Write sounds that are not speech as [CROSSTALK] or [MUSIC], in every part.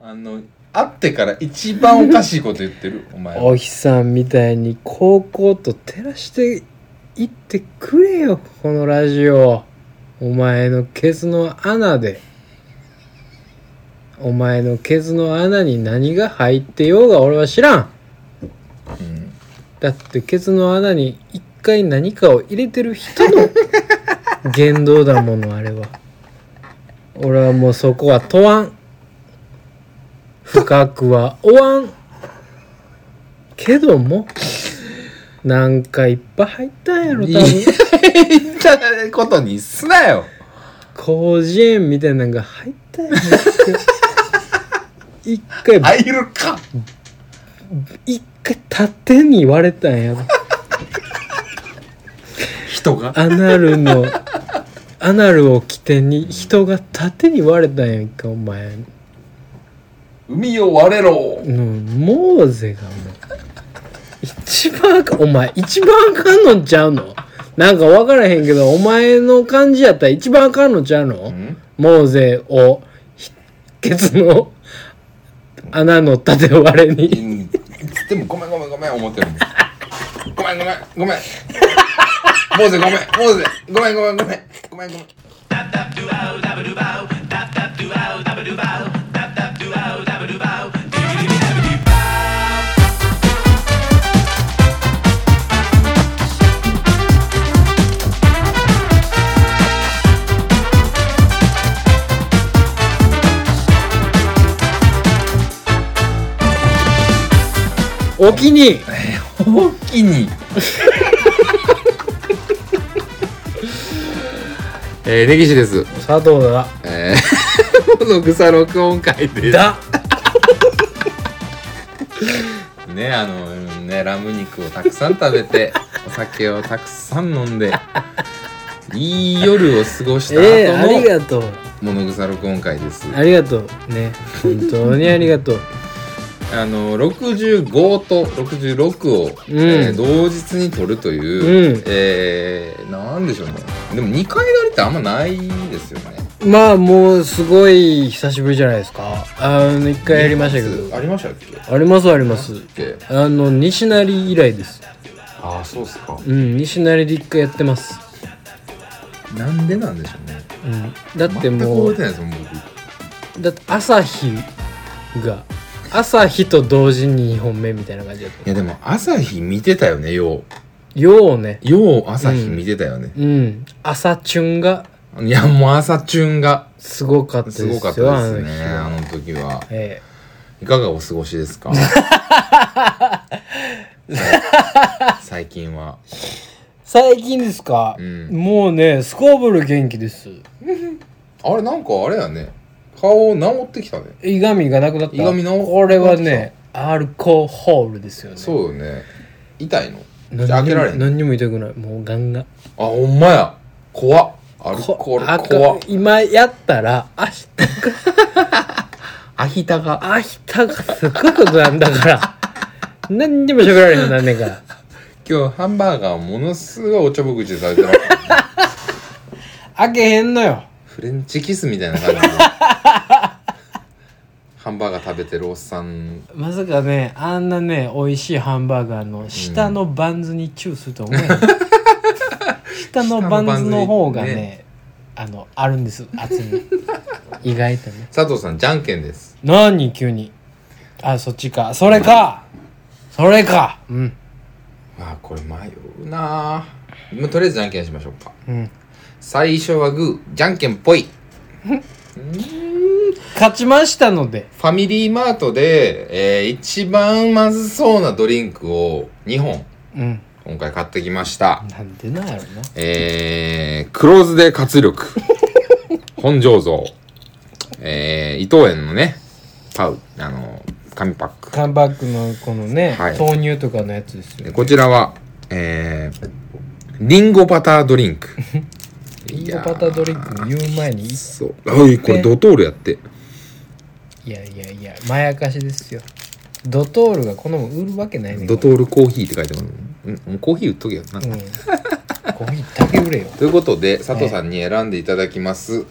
あの会ってから一番おかしいこと言って [LAUGHS] るお前はお日さんみたいに高校と照らしていってくれよこのラジオお前のケツの穴でお前のケツの穴に何が入ってようが俺は知らんうんだってケツの穴に一回何かを入れてる人の言動だものあれは俺はもうそこは問わん深くは追わんけどもなんかいっぱい入ったんやろ多い分言ったことにすなよ広辞苑みたいなのが入ったんやろ一回一回入るか一回縦に割れたんやろ人がアナルのアナルを起点に人が縦に割れたんやんかお前海を割れろうんモーゼがもう一番あかんお前一番あかんのちゃうのなんか分からへんけどお前の感じやったら一番あかんのちゃうの、んモーゼをひケツの穴の縦割れにうんでもごめんごめんごめん思ってるんですごめんごめんごめんモーゼごめんモーゼごめんごめんごめんごめんごめんおきに大きに [LAUGHS] えー、根岸です。佐藤だえー、 [LAUGHS] もの草録音会でだねあのうんねラム肉をたくさん食べてお酒をたくさん飲んでいい夜を過ごしたええあ後のりがとう物草録音会です、ありがとうね本当にありがとうあの65と66を、うんえー同日に撮るという、うんえーなんでしょうねでも2回撮りってあんまないですよねまあもうすごい久しぶりじゃないですかあの一回やりましたけどありましたっけありますありますけあの西成以来ですああそうっすかうん西成で一回やってます、なんでなんでしょうねうん、だって全くも覚えてうないですもん僕だって朝日が朝日と同時に2本目みたいな感じだっいやでも朝日見てたよねようたようねよう朝日見てたよね、うん朝チュンがいやもう朝チュンがすごかったですすよごかったですあのね日あはの時はえいかがお過ごしです [LAUGHS] か最近はえ最近ですか、うんもうねすこぶる元気ですあれなんかあれやね顔治ってきたねいがみがなくなったいがみのこれはねアルコホールですよねそうよね痛いの何にも開けられへんあ何にも痛くないもうガンガンほんまや怖っアルコーあル怖っ今やったら明日 [LAUGHS] アヒタが明日がすごいことなんだから [LAUGHS] 何にも喋られへんのなんねんから今日ハンバーガーものすごいおちょぼ口でされてます [LAUGHS] 開けへんのよフレンチキスみたいな感じでハンバーガー食べてるおっさんまさかねあんなね美味しいハンバーガーの下のバンズにチューすると [LAUGHS] 思う、ん、下のバンズの方がねねあのあるんです厚み [LAUGHS] 意外とね佐藤さんじゃんけんです何急にあそっちかそれかそれかうんまあこれ迷うなあまあとりあえずじゃんけんしましょうかうん最初はグーじゃんけんぽい勝ちましたのでファミリーマートで、えー一番まずそうなドリンクを2本うん今回買ってきましたなんでなんやろなえー、クローズで活 [LAUGHS] 力本醸造えー、伊藤園のねパウあの紙パックカンバックのこのね、はい豆乳とかのやつですよでこちらは、えー、リンゴバタードリンク。 [LAUGHS] リンゴバタードリンク言う前にいそう。おい、これドトールやって。やいやいやまやかしですよドトールがこのもん売るわけないねんドトールコーヒーって書いてある。うんうん、コーヒー売っとけよな。うんコーヒーだけ売れよということで、佐藤さんに選んでいただきます。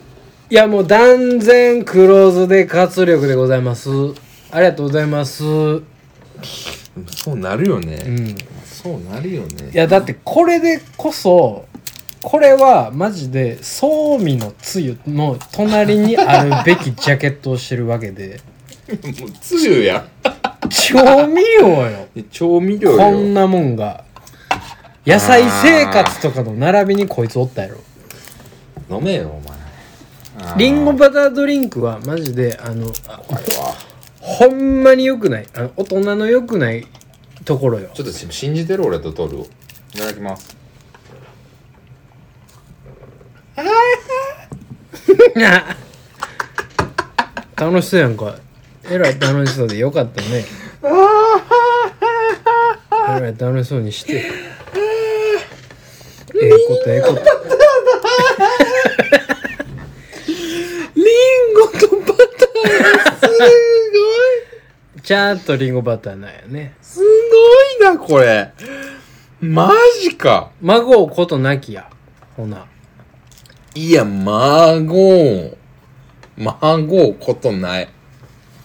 いやもう断然クローズで活力でございますありがとうございますうんそうなるよね。いそうなるよね。やだってこれでこそこれはマジで総味のつゆの隣にあるべきジャケットをしてるわけでもう、つゆや。調味料よ調味料こんよ。なもんが野菜生活とかの並びにこいつおったやろ飲めよ、お前。あーリンゴバタードリンクはマジであのこれはほんまに良くないあの大人の良くないところよちょっと信じてる俺とトルを。いただきます。 [LAUGHS] 楽しそうやんかえらい楽しそうでよかったねえらい楽しそうにしてええことええことリンゴとバターすごいちゃんとリンゴバターなんやねすごいな、これ。マジか。孫をことなきやほないや、孫。孫ことない。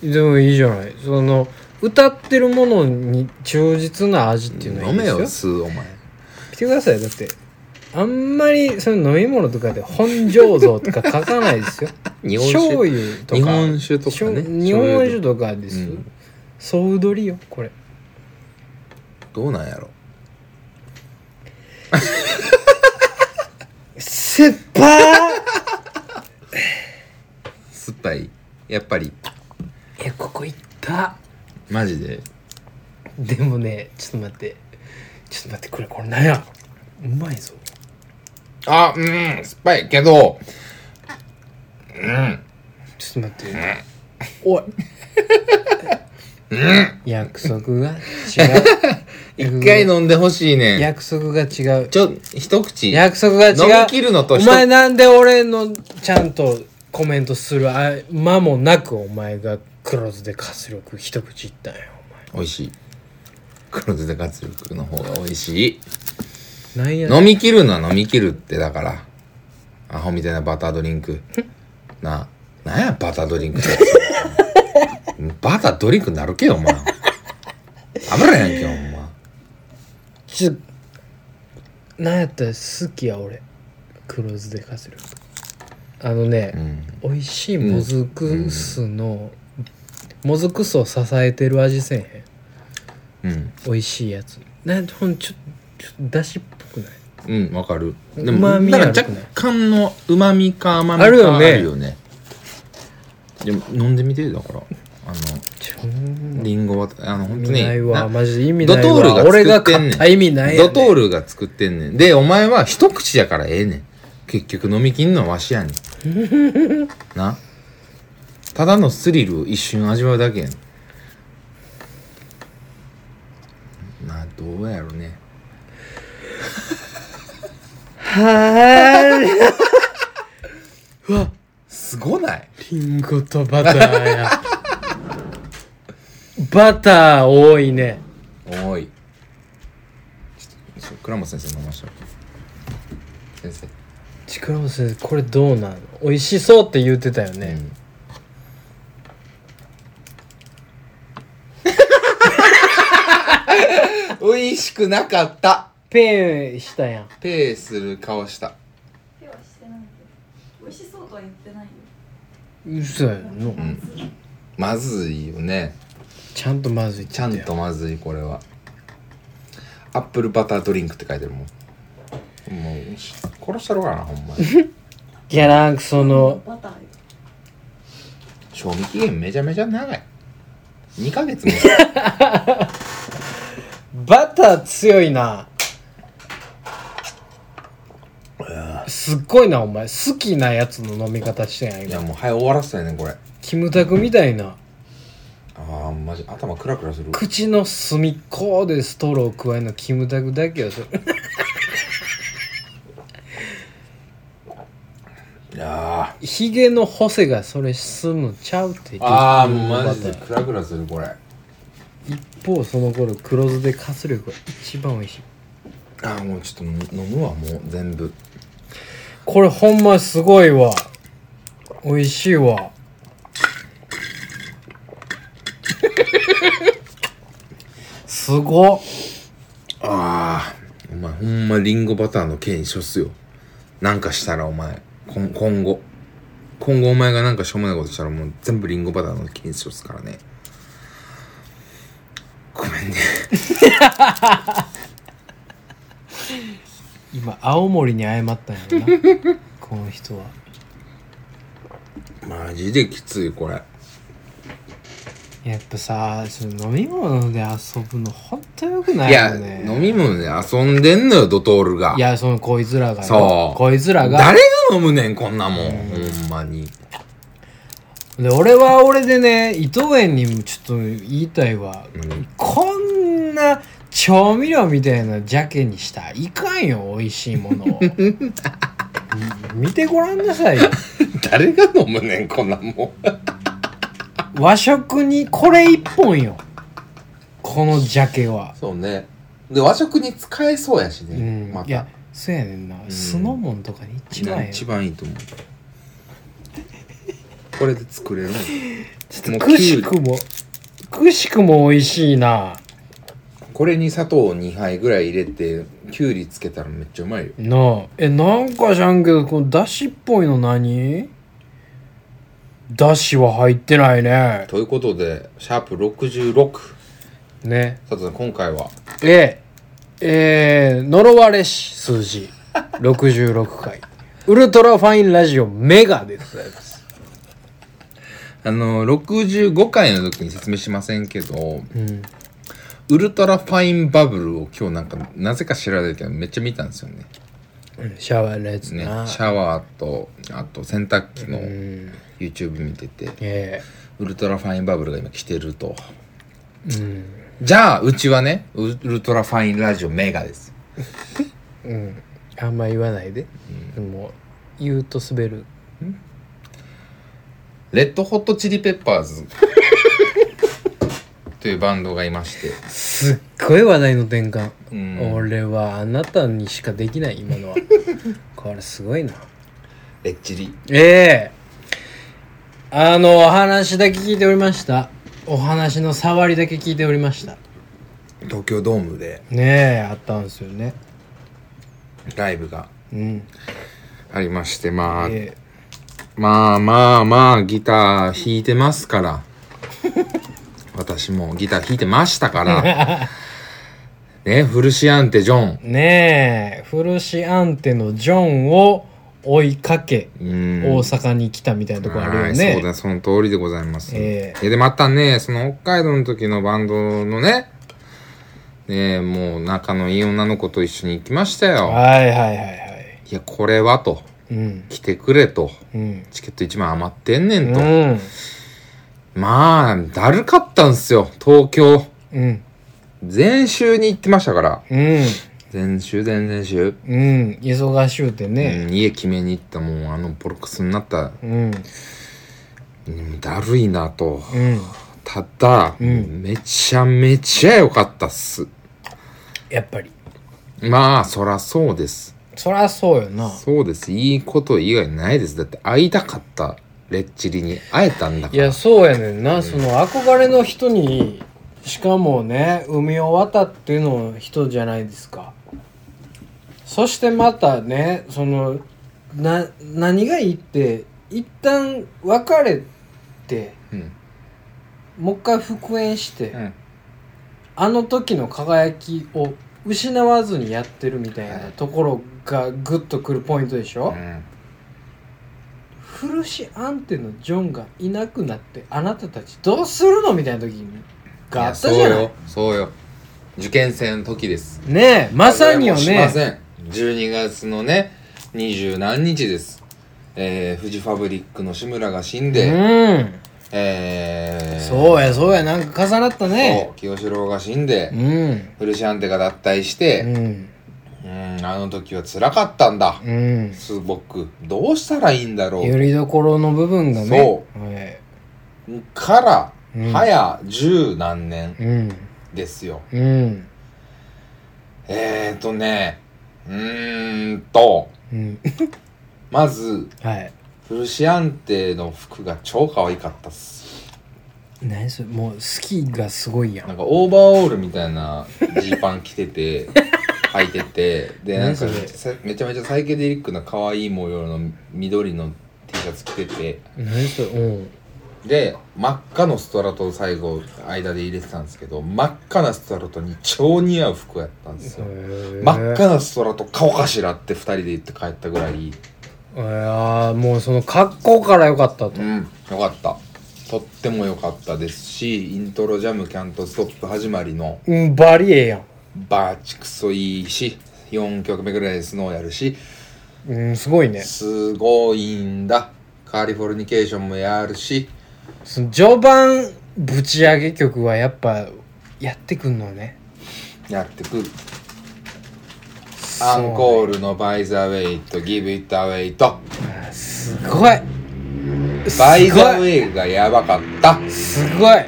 でもいいじゃないその歌ってるものに忠実な味っていうのはい飲いでめすよよ、すお前。来てくださいだってあんまりその飲み物とかで本醸造とか書かないです [LAUGHS] よ日本酒醤油とか日本酒としかょね。日本酒とかですよ、うん総取りよこれどうなんやろ。せっぱ [LAUGHS] ー酸っぱい。やっぱり、えここ行ったマジで。でもねちょっと待ってちょっと待ってこれこれなんやうまいぞあ、うん、酸っぱいけど、うん、ちょっと待ってお [LAUGHS] い約束 [LAUGHS] が違う一回飲んでほしいねん。約束が違うちょ、一口。約束が違う飲み切るのとお一前なんで俺のちゃんとコメントするあ間もなくお前が黒酢で活力一口いったんよ美味しい。黒酢で活力の方が美味しい。お前なんや飲み切るのは飲み切るってだから。アホみたいなバタードリンク。な、なんやバタードリンクって。 [LAUGHS] バタードリンクなるけよ、お前。油やんけ、ほんま。ちょなんやったら好きや俺黒酢で活力あのね、うん。美味しいもずく酢の、もずく酢を支えてる味せんへうんん。美味しいやつなんほんちょちょっとだしっぽくないうん、わかる。でうまも、みなんあるかく若ない干の旨味か甘みかあるよねあるよね。でも、飲んでみて、だから。あの、ちょんリンゴは、あの、本意当味に。ないわなマジで意味ドないわトールが俺作ってんが買ねっん。た意味ないやドねトールが作ってんねん。で、お前は一口やからええねん。結局飲みきんのはわしやねん。 [LAUGHS] な。ただのスリルを一瞬味わうだけやねん。な、どうやろね。はーいすごないリンゴとバターや [LAUGHS] バター多いねおい。ちょっと、倉本先生飲ました先生。ちくらも先生これどうなの美味しそうって言ってたよ [LAUGHS] ね、うん。美味しくなかった。ペンしたやんペーする顔した。手はしてないけど美味しそうとは言ってないよ嘘やのまずいよね。ちゃんとまずいってちゃ言ってんよとまずいこれはアップルバタードリンクって書いてるもんもうし殺したろかなほんまにいやなんかそのバターよ賞味期限めちゃめちゃ長い2ヶ月もバター強いなすっごいなお前好きなやつの飲み方してんやんい今やもう早終わらせたいねんこれキムタクみたいなあーマジ頭クラクラする口の隅っこでストローを加えるのキムタクだけよそれいやヒゲの補正がそれ進むちゃうってーあーリンゴマバジタでークラクラするこれあ一方その頃黒酢で活力が一番美味しいーもうちょっと飲むわもう全部これほんますごいわ美味しいわすごっああお前ほんまリンゴバターの件一緒っすよなんかしたらお前こん今後今後お前がなんかしょうもないことしたらもう全部リンゴバターの件一緒っすからねごめんね今青森に謝ったんやろ [LAUGHS] なこの人はマジできついこれやっぱさその飲み物で遊ぶのほんとよくないいやよね飲み物で遊んでんのよドトールがいやそのこいつらがよそうこいつらが誰が飲むねんこんなもんほんまにで俺は俺でね伊藤園にもちょっと言いたいわ、うんこんな調味料みたいな邪気にしたらいかんよ美味しいものを [LAUGHS] うん見てごらんなさいよ誰が飲むねんこんなもん和食にこれ一本よこの邪気はそうねで和食に使えそうやしうね、ん、またいやそうやねんな、ん酢の物とかに一番や一番いいと思うこれで作れるのちょっとくしくもくしくも美味しいなこれに砂糖を2杯ぐらい入れてきゅうりつけたらめっちゃうまいよなあえなんかじゃんけどこのだしっぽいの何だしは入ってないねということでシャープ66ね佐藤さん今回はえええー呪われし数字66回ウルトラファインラジオメガでございますあの65回の時に説明しませんけどうんウルトラファインバブルを今日なんかなぜか知らないけどめっちゃ見たんですよねシャワーのやつねな、シャワーとあと洗濯機うのん YouTube 見てて、えウルトラファインバブルが今来てるとえうんじゃあうちはねウルトラファインラジオメガですうんあんま言わないで、でも言うと滑るレッドホットチリペッパー [LAUGHS] ズというバンドがいましてすっごい話題の転換、うん俺はあなたにしかできない今のはこれすごいなレッチリええあのお話だけ聞いておりましたお話の触りだけ聞いておりました東京ドームでねえあったんですよねライブがうんありましてまあ、えまあまあまあギター弾いてますから [LAUGHS] 私もギター弾いてましたから [LAUGHS] ねフルシアンテジョンえねえフルシアンテのジョンを追いかけ、うん大阪に来たみたいなとこあるよはいそうねだ、その通りでございます。えいやで、またね、その北海道の時のバンドのね、ねもう仲のいい女の子と一緒に行きましたよ。はいはいはいはいいや、これはと、うん来てくれと、うんチケット1枚余ってんねうんと。んまあ、だるかったんすよ、東京。うん前週に行ってましたから。うん前週、前々週。うん忙しゅうてねうん、家決めに行ったもうあのボロクスになった、うんうんだるいなと。うんただ、んめちゃめちゃ良かったっす。やっぱりまあ、そらそうです。そらそうよなそうです。いいこと以外ないです。だって会いたかった、レッチリに会えたんだかいら。やそうやねんな、その憧れの人にしかもね海を渡っての人じゃないですかそしてまたねそのな何がいいって一旦別れてうん。もう一回復縁して、うん。あの時の輝きを失わずにやってるみたいなはいところがグッとくるポイントでしょ、うんフルシアンテのジョンがいなくなってあなたたちどうするのみたいな時があったじやゃそうないよ。そうよ。受験生の時です。ねえまさによしまねせん。12月のね、二十何日です。えー、フジファブリックの志村が死んで、うえんー、そうやそうやなんか重なったそねう、清志郎が死んで、うんフルシアンテが脱退しうて、んうん、あの時は辛かったんだ。うんすごくどうしたらいいんだろようりどころの部分がねそはいから、うん早十何年うんですようんえーとねうーんとうん [LAUGHS] まずはいフルシアンテの服が超可愛かったっす何それもう好きがすごいやなんんかオーバーオールみたいなジーパン着て [LAUGHS] て履いててでなんか何それさめちゃめちゃサイケデリックな可愛い模様の緑の T シャツ着てて何それうんで真っ赤のストラトを最後間で入れてたんですけど真っ赤なストラトに超似合う服やったんですよ真っ赤なストラト顔かしらって2人で言って帰ったぐらいいやーもうその格好から良かったとうん、よかった。とっても良かったですし、イントロジャムキャントストップ始まりのうんバリエやんバーチクソいいし、4曲目ぐらいでスノーやるし、うんすごいねすごいんだ。カリフォルニケーションもやるし、その序盤ぶち上げ曲はやっぱやってくんのねやってくる。アンコールのバイザーウェイとギブイットアウェイと、ルすごいバイザーウすごいェイがやばかった。すごい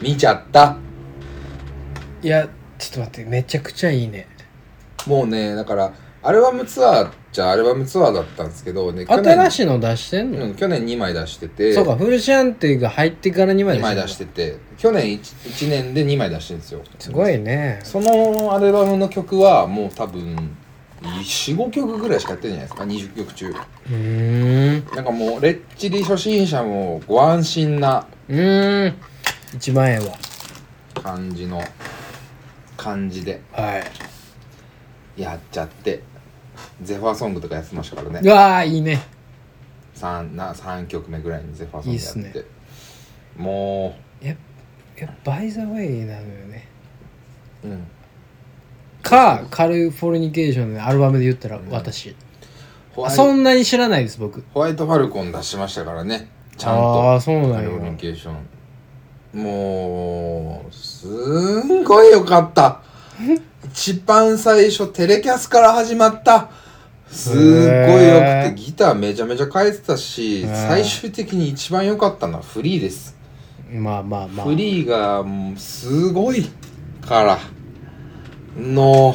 見ちゃった。いやちょっと待ってめちゃくちゃいいねもうね、だから、アルバムツアーっちゃアルバムツアーだったんですけど、ね、去年新しいの出してんの、うん、去年2枚出しててそうかフルシャンティが入ってから2枚2枚出しててて去年 1, 年で2枚出してるんですよすごいねそのアルバムの曲はもう多分45曲ぐらいしかやってるんじゃないですか20曲中うーんなんかもうレッチリ初心者もご安心なうーん一番ええわ感じの感じではいやっちゃってゼファーソングとかやってましたからうねわーいいね 3, な3曲目ぐらいにゼファーソングやっていいっすねもやっぱバイザウェイなのよねう、うん、かカリフォルニケーションのアルバムで言ったら私、ホあワイそんなに知らないです僕ホワイトファルコン出しましたからねちゃんとああそうなカんリフォルやニケーションもうすんごいよかった一番最初テレキャスから始まったすっごいよくへてーギターめちゃめちゃ変えてたしへー最終的に一番良かったのはフリーですまあまあまあフリーがもうすごいからの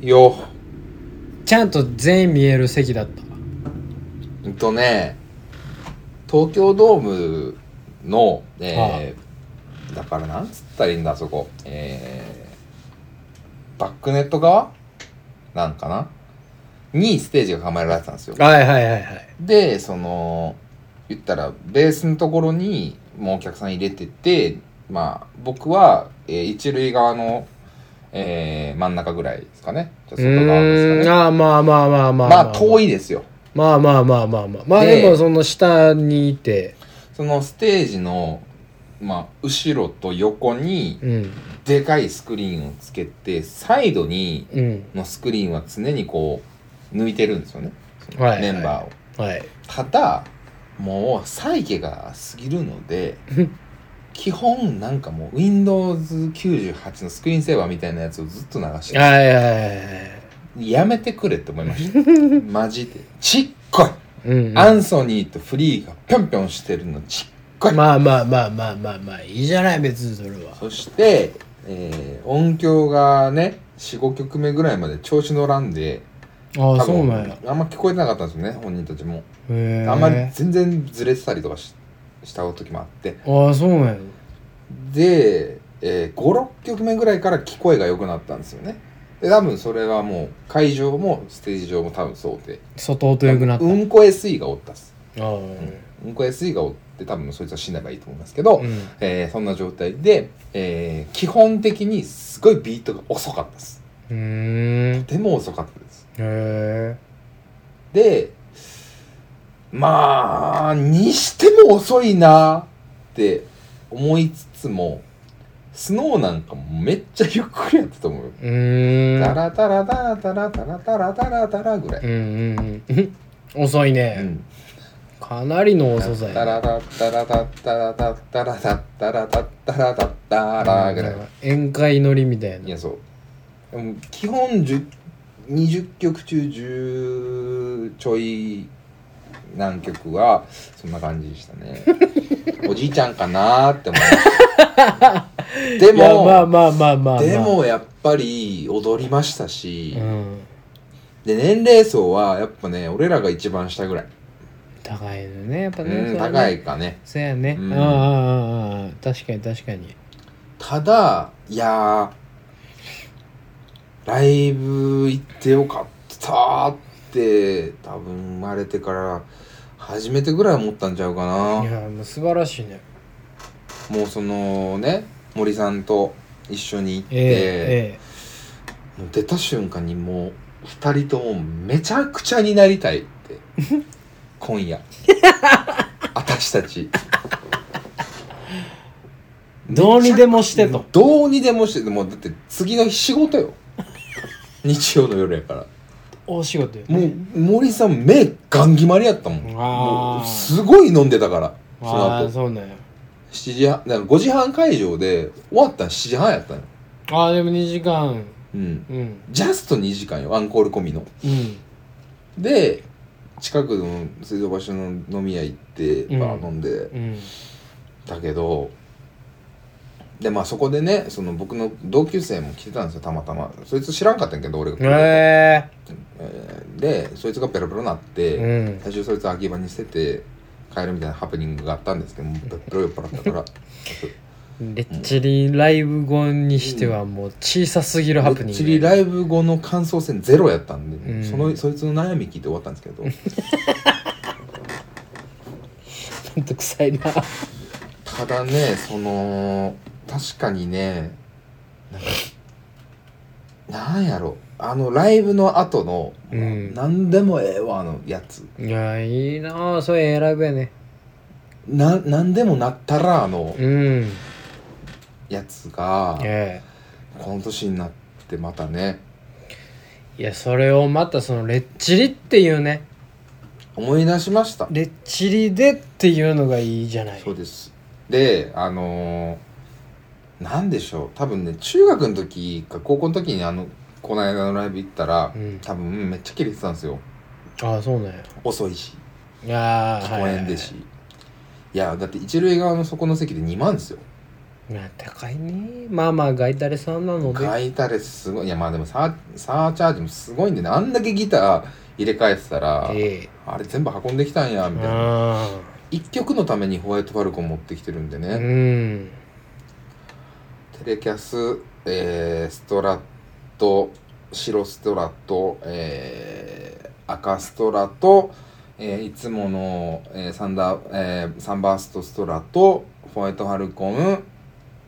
よちゃんと全員見える席だったうんとね東京ドームの、えーだからなんつったらいいんだあそこ、えーバックネット側なんかなにステージが構えられてたんですよはいはいはいはいでその言ったらベースのところにもうお客さん入れててまあ僕は、えー一塁側の、えー真ん中ぐらいですかねじゃあう外側ですーかんねあーまあまあまあまあまあ遠いいですよまあまあまあまあまあまあででもその下にいてそのステージの、まあ、後ろと横にうんでかいスクリーンをつけてサイドにうんのスクリーンは常にこう抜いてるんですよねはいメンバーを。ーはいただもうサイケが過ぎるの [LAUGHS] で基本なんかもう Windows98 のスクリーンセーバーみたいなやつをずっと流してるはいはいはいはいやめてくれって思いました [LAUGHS] マジでちっこい、うんうんアンソニーとフリーがぴょんぴょんしてるのちっこいまあまあまあまあまあまあいいじゃない別にそれはそして、えー音響がね45曲目ぐらいまで調子乗らんであ多あそう分なんやあんま聞こえてなかったんですよね本人たちも、へえあんまり全然ずれてたりとかしした時もあってああそうなんやで、え56曲目ぐらいから聞こえが良くなったんですよねで多分それはもう会場もステージ上も多分そうで外音良くなった、うんこ SE がおったっすああうんこ SE がおって多分そいつは死ねばいいと思いますけど、うんえーそんな状態で、えー基本的にすごいビートが遅かったですうーんでも遅かったですへえでまあにしても遅いなって思いつつもスノーなんかもめっちゃゆっくりやったと思うようーんタラタラタラタラタラタラタラタラぐらうい、んうんうん [LAUGHS] 遅いね、うん、かなりの遅さタやラタタラタタラタタラタタラタタラタタラぐらい宴会乗りみたいいなやそうでも基本10 20曲中10ちょい何曲はそんな感じでした [LAUGHS] ねおじいちゃんかなーって思いましたでいやも、まあまあまあまあまあでもやっぱり踊りましたし、うんで年齢層はやっぱね俺らが一番下ぐらい高いのねやっぱね,、うん、それね高いかねそうやね、うんああああああ確かに確かにただいやーライブ行ってよかったって多分生まれてから初めてぐらい思ったんちゃうかないやもう素晴らしいねもうそのね森さんと一緒に行って、ええもう出た瞬間にもう2人ともめちゃくちゃになりたいって [LAUGHS] 今夜私たちええどうにでもしてとどうにでもしてもうだって次の日仕事 [LAUGHS] よ日曜の夜やから大仕事よ、ね、もう森さん目ガン決まりやったもんあーもうすごい飲んでたからそのああ後そうなんや7時半だから5時半会場で終わったん7時半やったのよああでも2時間うんうんジャスト2時間よアンコール込みのうんで近くの水道橋の飲み屋行ってうんバー飲んで、うんだけどでまあそこでねその僕の同級生も来てたんですよたまたまそいつ知らんかったんやけど俺が来ること、ええーでそいつがペロペロなって、えう最ん初そいつ空き場に捨てて帰るみたいなハプニングがあったんですけどもうペロペロ酔っ払 [LAUGHS] ったからレッチリライブ後にしてはもう小さすぎるハプぶニングっちりライブ後の感想戦ゼロやったんで、うんそのそいつの悩み聞いて終わったんですけどめんどくさいなただねその確かにねなんかなんやろあのライブの後の「うん何でもええわ」のやついやいいなあそれええライブやね「な何でもなったら」のうんやつが、ええこの年になってまたねいやそれをまたそのレッチリっていうね思い出しましたレッチリでっていうのがいいじゃないそうですであのー、なんでしょう多分ね中学の時か高校の時にあのこの間のライブ行ったら、うん多分めっちゃキレてたんですよああそうなんや遅いしいやー聞こえんでし、はいいやだって一塁側のそこの席で2万ですよはいはいまあ高いねまあまあガイタレさんなのでガイタレスすごいいやまあでもサーサーチャージもすごいんでねあんだけギター入れ替えてたら、ええあれ全部運んできたんやみたいなあ1曲のためにホワイトファルコン持ってきてるんでね、あうんテレキャス、えーストラット、白ストラット、えー赤ストラと、えーいつもの、えーサンダー、えーサンバーストストラと、ホワイトハルコン、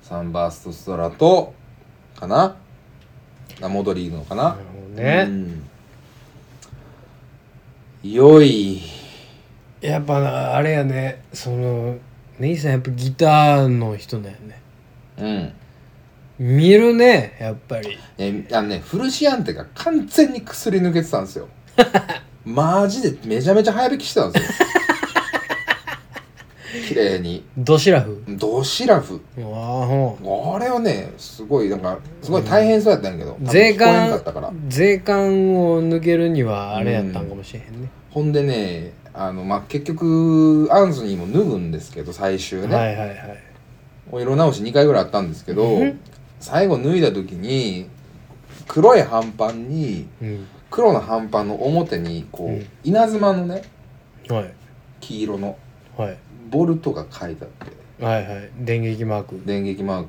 サンバーストストラと、かなあ、戻りのかななるほうどね、ん良い。やっぱあれやねそのネギさんやっぱギターの人だよねうん。見るねやっぱりえあのねフルシアンテが完全に薬抜けてたんです [LAUGHS] よマジでめちゃめちゃ早引きしてたんですよ [LAUGHS] 綺麗にドシラフドシラフああほあれはねすごいなんかすごい大変そうやったんやけど、う多分税聞こえんか関ったから税関を抜けるにはあれやったんかもしれへんね、ほんでねあの、まあ、結局アンソニーも脱ぐんですけど最終ね、はいはいはいお色直し2回ぐらいあったんですけどうん最後脱いだ時に黒い半パンにうん黒の半パンの表にこう、うん稲妻のねはい黄色のはいボルトが書いてあってはいはい電撃マーク電撃マーク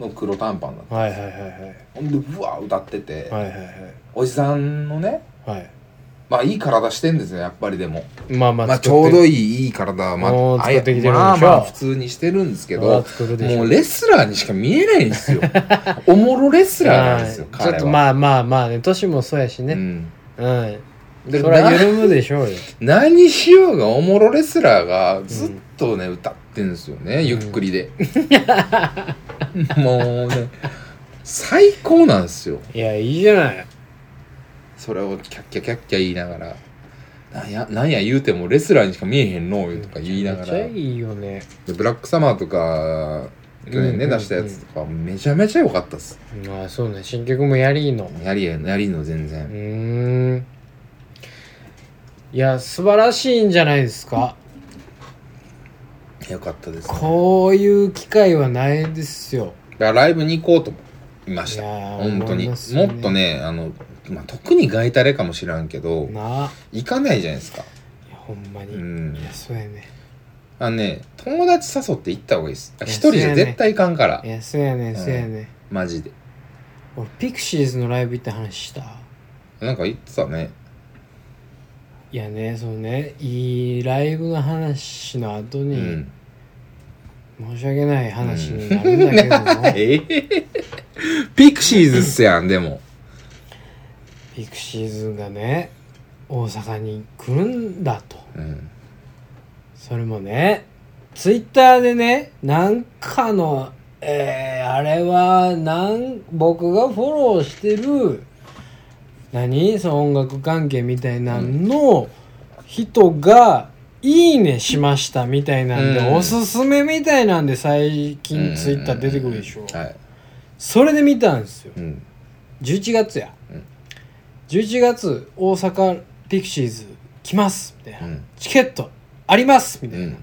の黒短パンだったはいはいはいはいほんでうわー歌ってて、はいはいはいおじさんのねはいまあいい体してんですよやっぱりでもまあまあまあちょうどいいいいいい体まもうああ作ってきてるんでしょまあまあ普通にしてるんですけど作るでしょもうレスラーにしか見えないんですよおもろレスラーなんですよ [LAUGHS] はい彼はちょっとまあまあまあね年もそうやしうねんうん、でそりゃな緩むでしょうよ何しようがおもろレスラーがずっとね、歌ってんですよねゆっくりで、 [LAUGHS] もうね最高なんですよいやいいじゃないそれをキャッキャキャッキャ言いながらなんやなんや言うてもレスラーにしか見えへんのとか言いながらめっちゃでいいよねブラックサマーとか去年ね、うんうんうん出したやつとかめちゃめちゃ良かったっすああそうね新曲もやりーのやりややりの全う然、ーんいや素晴らしいんじゃないですか良かったです、ね、こういう機会はないですよだからライブに行こうと思いましたいやー本当思いに、ますねもっとねあの、まあ、特にガイタレかもしらんけどなあ行かないじゃないですかいやほんまに、うんいやそうやねあのね友達誘って行った方がいいですあいや一人じゃ絶対いかんから、いやそうやねんそうやね、マジで俺ピクシーズのライブ行った話したなんか言ってたねいやねそのねいいライブの話の後うに、ん申し訳ない話になるんだけども、 [LAUGHS] えーピクシーズっすやんでもピクシーズがね大阪に来るんだとうんそれもねツイッターでねなんかのえー、あれはなん僕がフォローしてる何その音楽関係みたいなの人が「いいね」しましたみたいなんで、うんおすすめみたいなんで最うん近ツイッター出てくるでしょ、はい、それで見たんですようん、 11月や、うん11月大阪ピクシーズ来ますみたいうな、んチケットありますみたういな、ん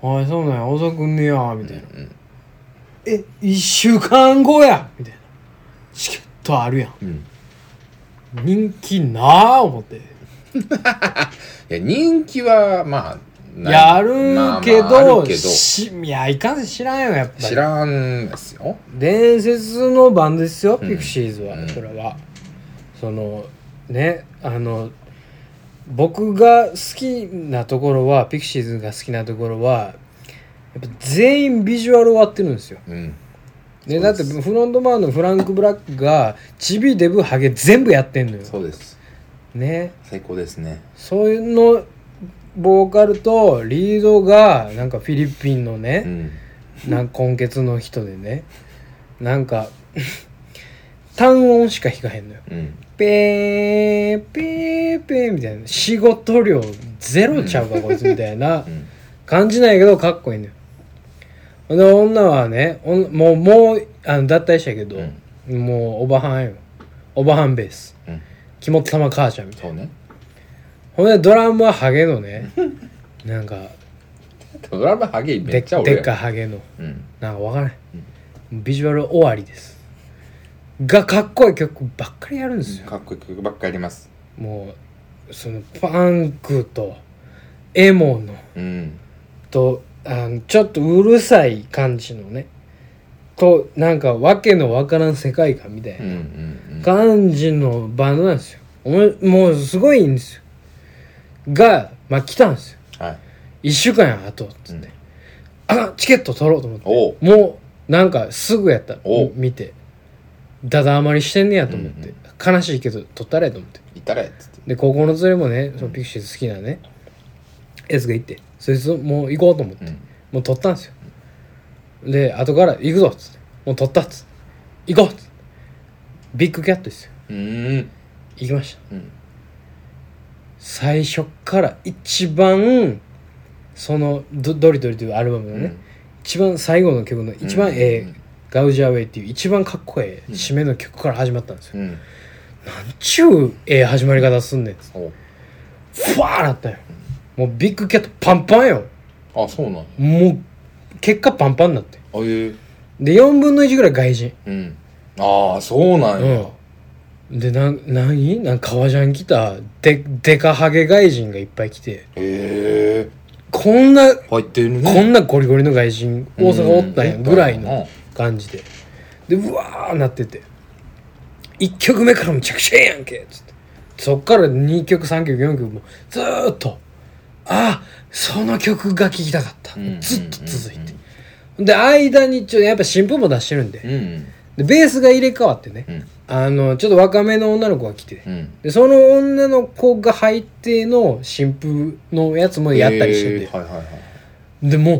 おいそうなんや大阪来んねやみたいな、うんえ1週間後やみたいなチケットあるやんうん人気なあ思っていや人気はまあないやるまあまあけど,し、あるけどいやいかんせん知らんよやっぱり知らんですよ伝説のバンドですよ、うんピクシーズは、うんそれはそのねあの僕が好きなところはピクシーズが好きなところはやっぱ全員ビジュアル終わってるんですよ、うんね、そだうっでてすフロントマンのフランク・ブラックがチビデブハゲ全部やってんのよそうですね最高ですねそういうのボーカルとリードがなんかフィリピンのね、うんなん根血の人でねなんか [LAUGHS] 単音しか弾かへんのようんペーペーペーみたいな仕事量ゼロちゃうかこいつみたいなうん感じないけどかっこいいのよほんで女はねおんもうもうあの脱退したけど、もうおばはんよおばはんベースうん肝っ玉母ちゃんみたいそうなねほんでドラムはハゲ [LAUGHS] のねなんかドラマハゲめでっっちゃ俺でやっかいハゲのうんなんかわからない、ビジュアル終わりですがかっこいい曲ばっかりやるんですよ、かっこいい曲ばっかりありますもうそのパンクとエモのうんとあのちょっとうるさい感じのねとなんかわけのわからん世界観みたいうんうなんうん感じのバンドなんですよおももうすごいんですよがまあ来たんですよはい1週間やあとつって、あチケット取ろうと思っておうもうなんかすぐやったおう見てだだ余りしてんねやと思って、うん悲しいけど取ったらやと思っていたらやっつってで高校の連れもねそのピクシーズ好きなねやつが行ってそいつもう行こうと思って、うんもう取ったんですよで後から行くぞっつってもう取ったっつって行こうっつってビッグキャットですようん行きましたうん最初っから一番そのドドリドリというアルバムのね、一番最後の曲の一番ええ、うんガウジャーウェイっていう一番かっこええうん締めの曲から始まったんですよ。うんなんちゅうええ始まり方すんねんっつっておうふわーなったよ。もうビッグキャットパンパンよ。あそうなんやもう結果パンパンになって。あいうで、4分の1ぐらい外人。うんああそうなんやうん。で、なん、なになんか革ジャン来た、で、でかハゲ外人がいっぱい来て、へえこんな、入ってるこねんなゴリゴリの外人、大阪おったんやうんぐらいの感じで。で、うわーなってて。1曲目からむちゃくちゃええやんけっつって。そっから2曲、3曲、4曲もずーっと、ああ、その曲が聴きたかった。ずっと続いて。で、間にちょっとやっぱ新聞も出してるんうで。んうんで、ベースが入れ替わってねう、んあの、ちょっと若めの女の子が来て。うんで、その女の子が入っての新婦のやつもやったりしててへ。ーはいはいはいでも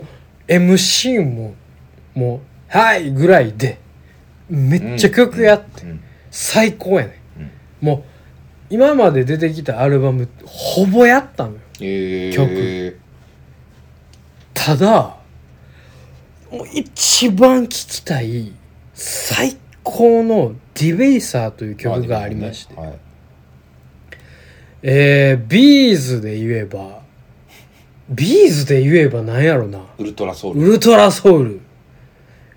う MC ももう「はい!」ぐらいでめっちゃ曲やって、うん最高やね、うんもう今まで出てきたアルバムほぼやったのよへー曲ただもう一番聴きたい最高の「ディベイサー」という曲がありまして、あはいえー、ビーズで言えばビーズで言えばなんやろなウルトラソウウルルトラソウル。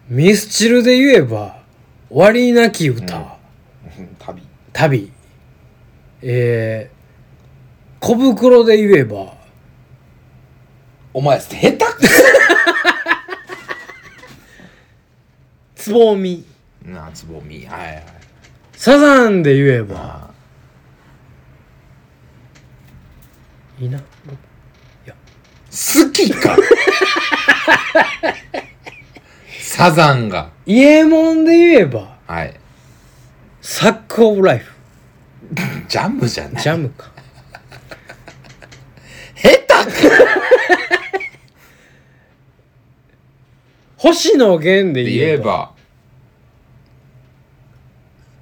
ミスチルで言えば、終わりなき歌、うんうん旅旅。えー、小袋で言えば、お前下手く [LAUGHS] つぼみそなあつぼみはいはいサザンで言えあばいいな好きかサザンがイエモンで言えばはいサック・オブ・ライ [LAUGHS] フジャムじゃないジャムか下手か星野源でって言言ええばば。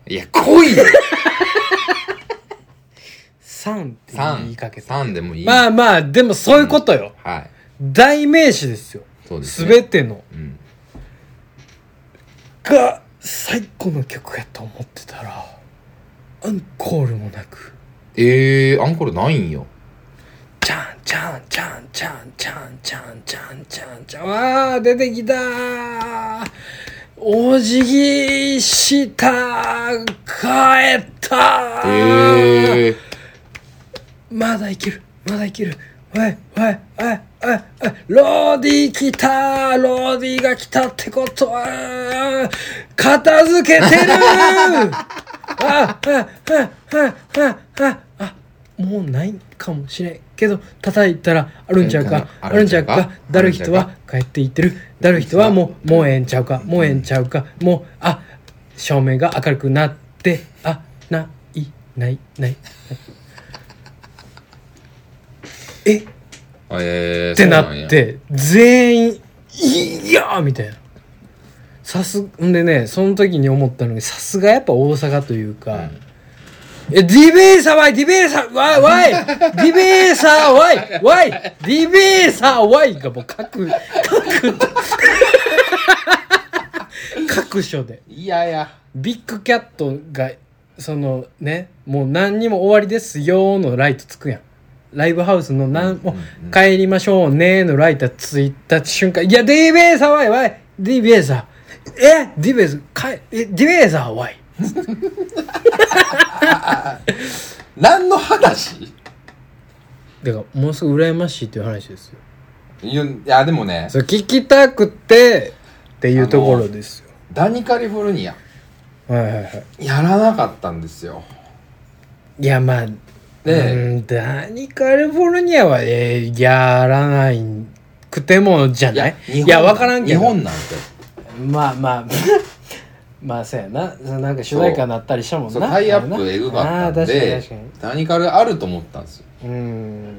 いや、来いよサンって言いかけた !3 でもいい。まあまあでもそういうことよ、はい。代名詞ですよそうです、すね。べてのうん。が最高の曲やと思ってたらアンコールもなくえー、アンコールないんよ。チャンチャンチャンチャンチャンチャンチャンチャンチャンわあ出てきたーお辞儀した帰ったーえー、まだいけるまだいけるおいおいおいおいおいロディ来たロディが来たってことは片付け [LAUGHS] てるあああああああもうないかもしれんけど叩いたらあるんちゃうかああるるんんちちゃゃううかかだる人は帰っていってるだる人はもうもうええんちゃうかもうええんちゃうかもうあ照明が明るくなってあないないないえっえー、そてうんなやっ。て全員「いやー!」みたいなさすんでねその時に思ったのにさすがやっぱ大阪というか、えディベーサーワイディベーサーワイワイディベーサーワイワイディベーサーワイがもう各各各所でいやいや。ビッグキャットがそのねもう何にも終わりですよーのライトつくやんライブハウスのなんもう帰りましょうねーのライトついた瞬間いやディベーサーワイワイディベーサーえディベーサーかえディベーサーワイ何の話だからもうすぐ羨ましいっていう話ですよいやいや、でもねそ、れ聞きたくてっていうところですよダニカリフォルニア、はいはいはいやらなかったんですよ。いやまあでうんダニカリフォルニアは、えーやらないくてもじゃないいやわからんけど日本なんて。まあまあ [LAUGHS] まあそうやなそのなんか主題歌になったりしたもんそなう、タイアップエグかったんあー確かに確かで、ダニカルあると思ったんですよ。にうん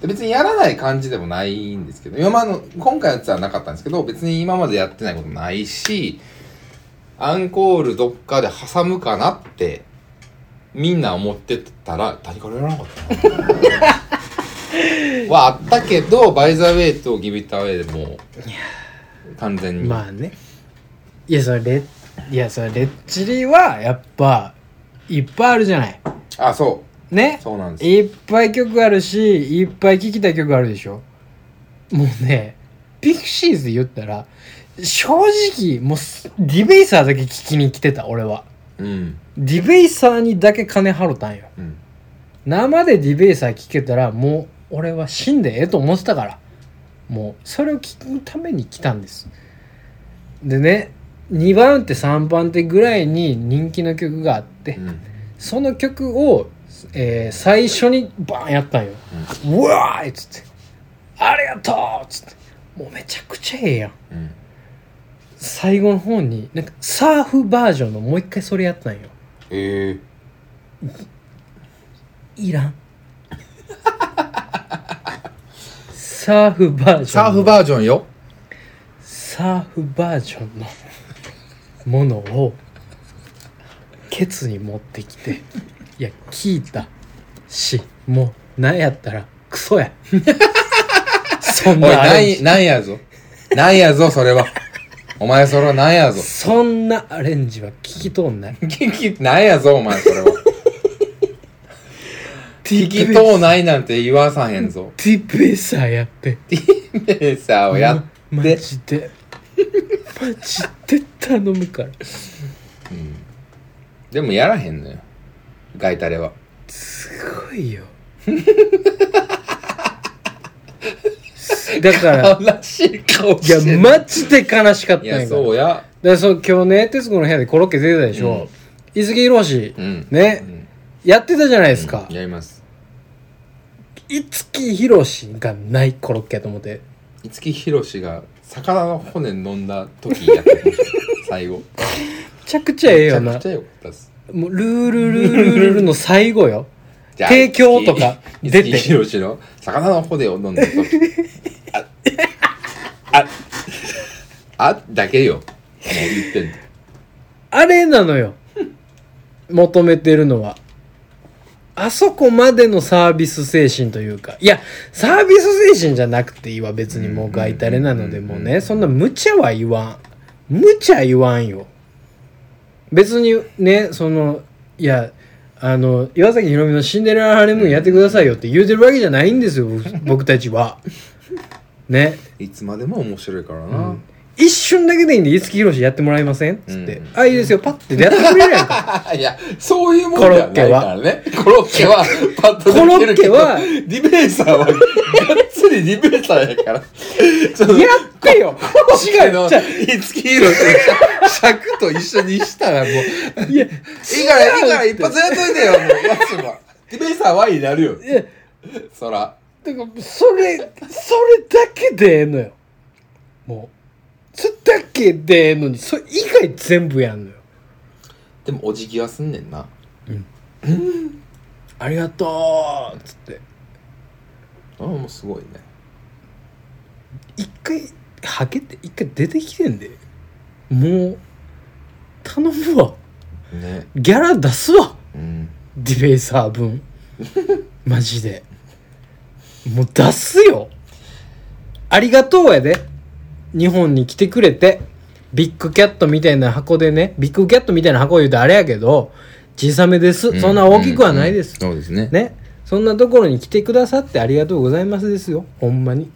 で別にやらない感じでもないんですけど今までの今回のやつはなかったんですけど別に今までやってないこともないしアンコールどっかで挟むかなってみんな思ってたら誰からやらなかったな [LAUGHS] はあったけどバイザーウェイとギビットアウェイでもう完全に、まあねいやそれレいやそれレッチリはやっぱいっぱいあるじゃないあ、そねうそうなんですいっぱい曲あるしいっぱい聴きたい曲あるでしょもうねピクシーズ言ったら正直もうすディベイサーだけ聴きに来てた俺はうんディベイサーにだけ金払ったんようん生でディベイサー聴けたらもう俺は死んでええと思ってたからもうそれを聞くために来たんですでね2番手3番手ぐらいに人気の曲があってうんその曲を、えー最初にバーンやったんよ、うわーいっつって「ありがとう!」っつってもうめちゃくちゃええやんうん最後の方になんかサーフバージョンのもう一回それやったんよええいらんサーフバージョンのサーフバージョンよサーフバージョンのものをケツに持ってきていや聞いたしもうなんやったらクソやそんおいなアなレンんジなんやぞなんやぞそれはお前それはなんやぞそんなアレンジは聞きとんない聞き、なんやぞ、お前、それは。聞きとうないなんて言わさへん [LAUGHS] ぞ。ディベーサーやってペーサーをやっマて。ジでマジで頼むからでもやらへんのよ。ガイタレは。 [LAUGHS] すごいよすだから悲しい顔いやしてるマジで悲しかったいんやからやそうやでそう今日ね徹子の部屋でコロッケ出てたでしょ、伊豆木宏氏、うんねうんやってたじゃないですかうんやります五木ひろしがないコロッケやと思って五木ひろしが魚の骨飲んだ時や [LAUGHS] ってました最後めちゃくちゃええよめちゃなくちゃ良かったっすもうルールルールルールの最後よじゃあ提供とか五木出て五木ひろしの魚の骨を飲んだ時あああだけよもう言ってんのあれなのよ求めてるのはあそこまでのサービス精神というかいやサービス精神じゃなくていいわ別にもう外タレなのでうんもうねそんな無茶は言わん無茶言わんよ別にねそのいやあの岩崎宏美の「シンデレラ・ハーレムーン」やってくださいよって言うてるわけじゃないんですよ僕僕たちはねいつまでも面白いからうな、ん一瞬だけでいいんで五木ひろしやってもらえませんっつって、うんあいいですよパッてやってくれるやんかいや、そういうもんじゃないからね。コロッケは、パッと出てるけどコロッケはディベーサーは、がっつりディベーサーやから。そのやってよ違違ううの、違五木ひろしの尺と一緒にしたらもう、いいやいいから、いいから、一発やっといてよ、もう、やつ [LAUGHS] は。ディベーサーはいいなるよ、やそら。だからそれそれだけでええのよもうそれだけでええのにそれ以外全部やんのよでも、お辞儀はすんねんな。ありがとうっつってあもうすごいね。一回はけて一回出てきてんでもう頼むわね。ギャラ出すわうん。ディベーサー分 [LAUGHS] マジでもう出すよありがとうやで日本に来てくれてビッグキャットみたいな箱でねビッグキャットみたいな箱言うとあれやけど小さめです、そんな大きくはないです、うんうんそうですね。ねそんなところに来てくださってありがとうございますですよほんまに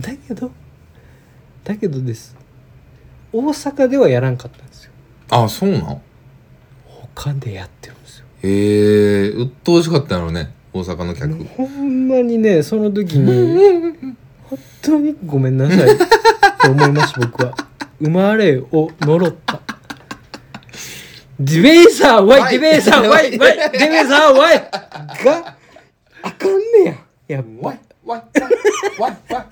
だけどだけどです大阪ではやらんかったんですよあ、そうなの他でやってるんですよへえ、うっとうしかったのね、大阪の客。ほんまにねその時に本当にごめんなさいと思いました僕は生まれを呪ったディベーサーワイディベーサーワイワイディベーサーワイがあかんねややっぱわいわいわいわいわ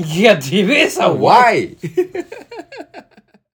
いいやディベーサーワわイい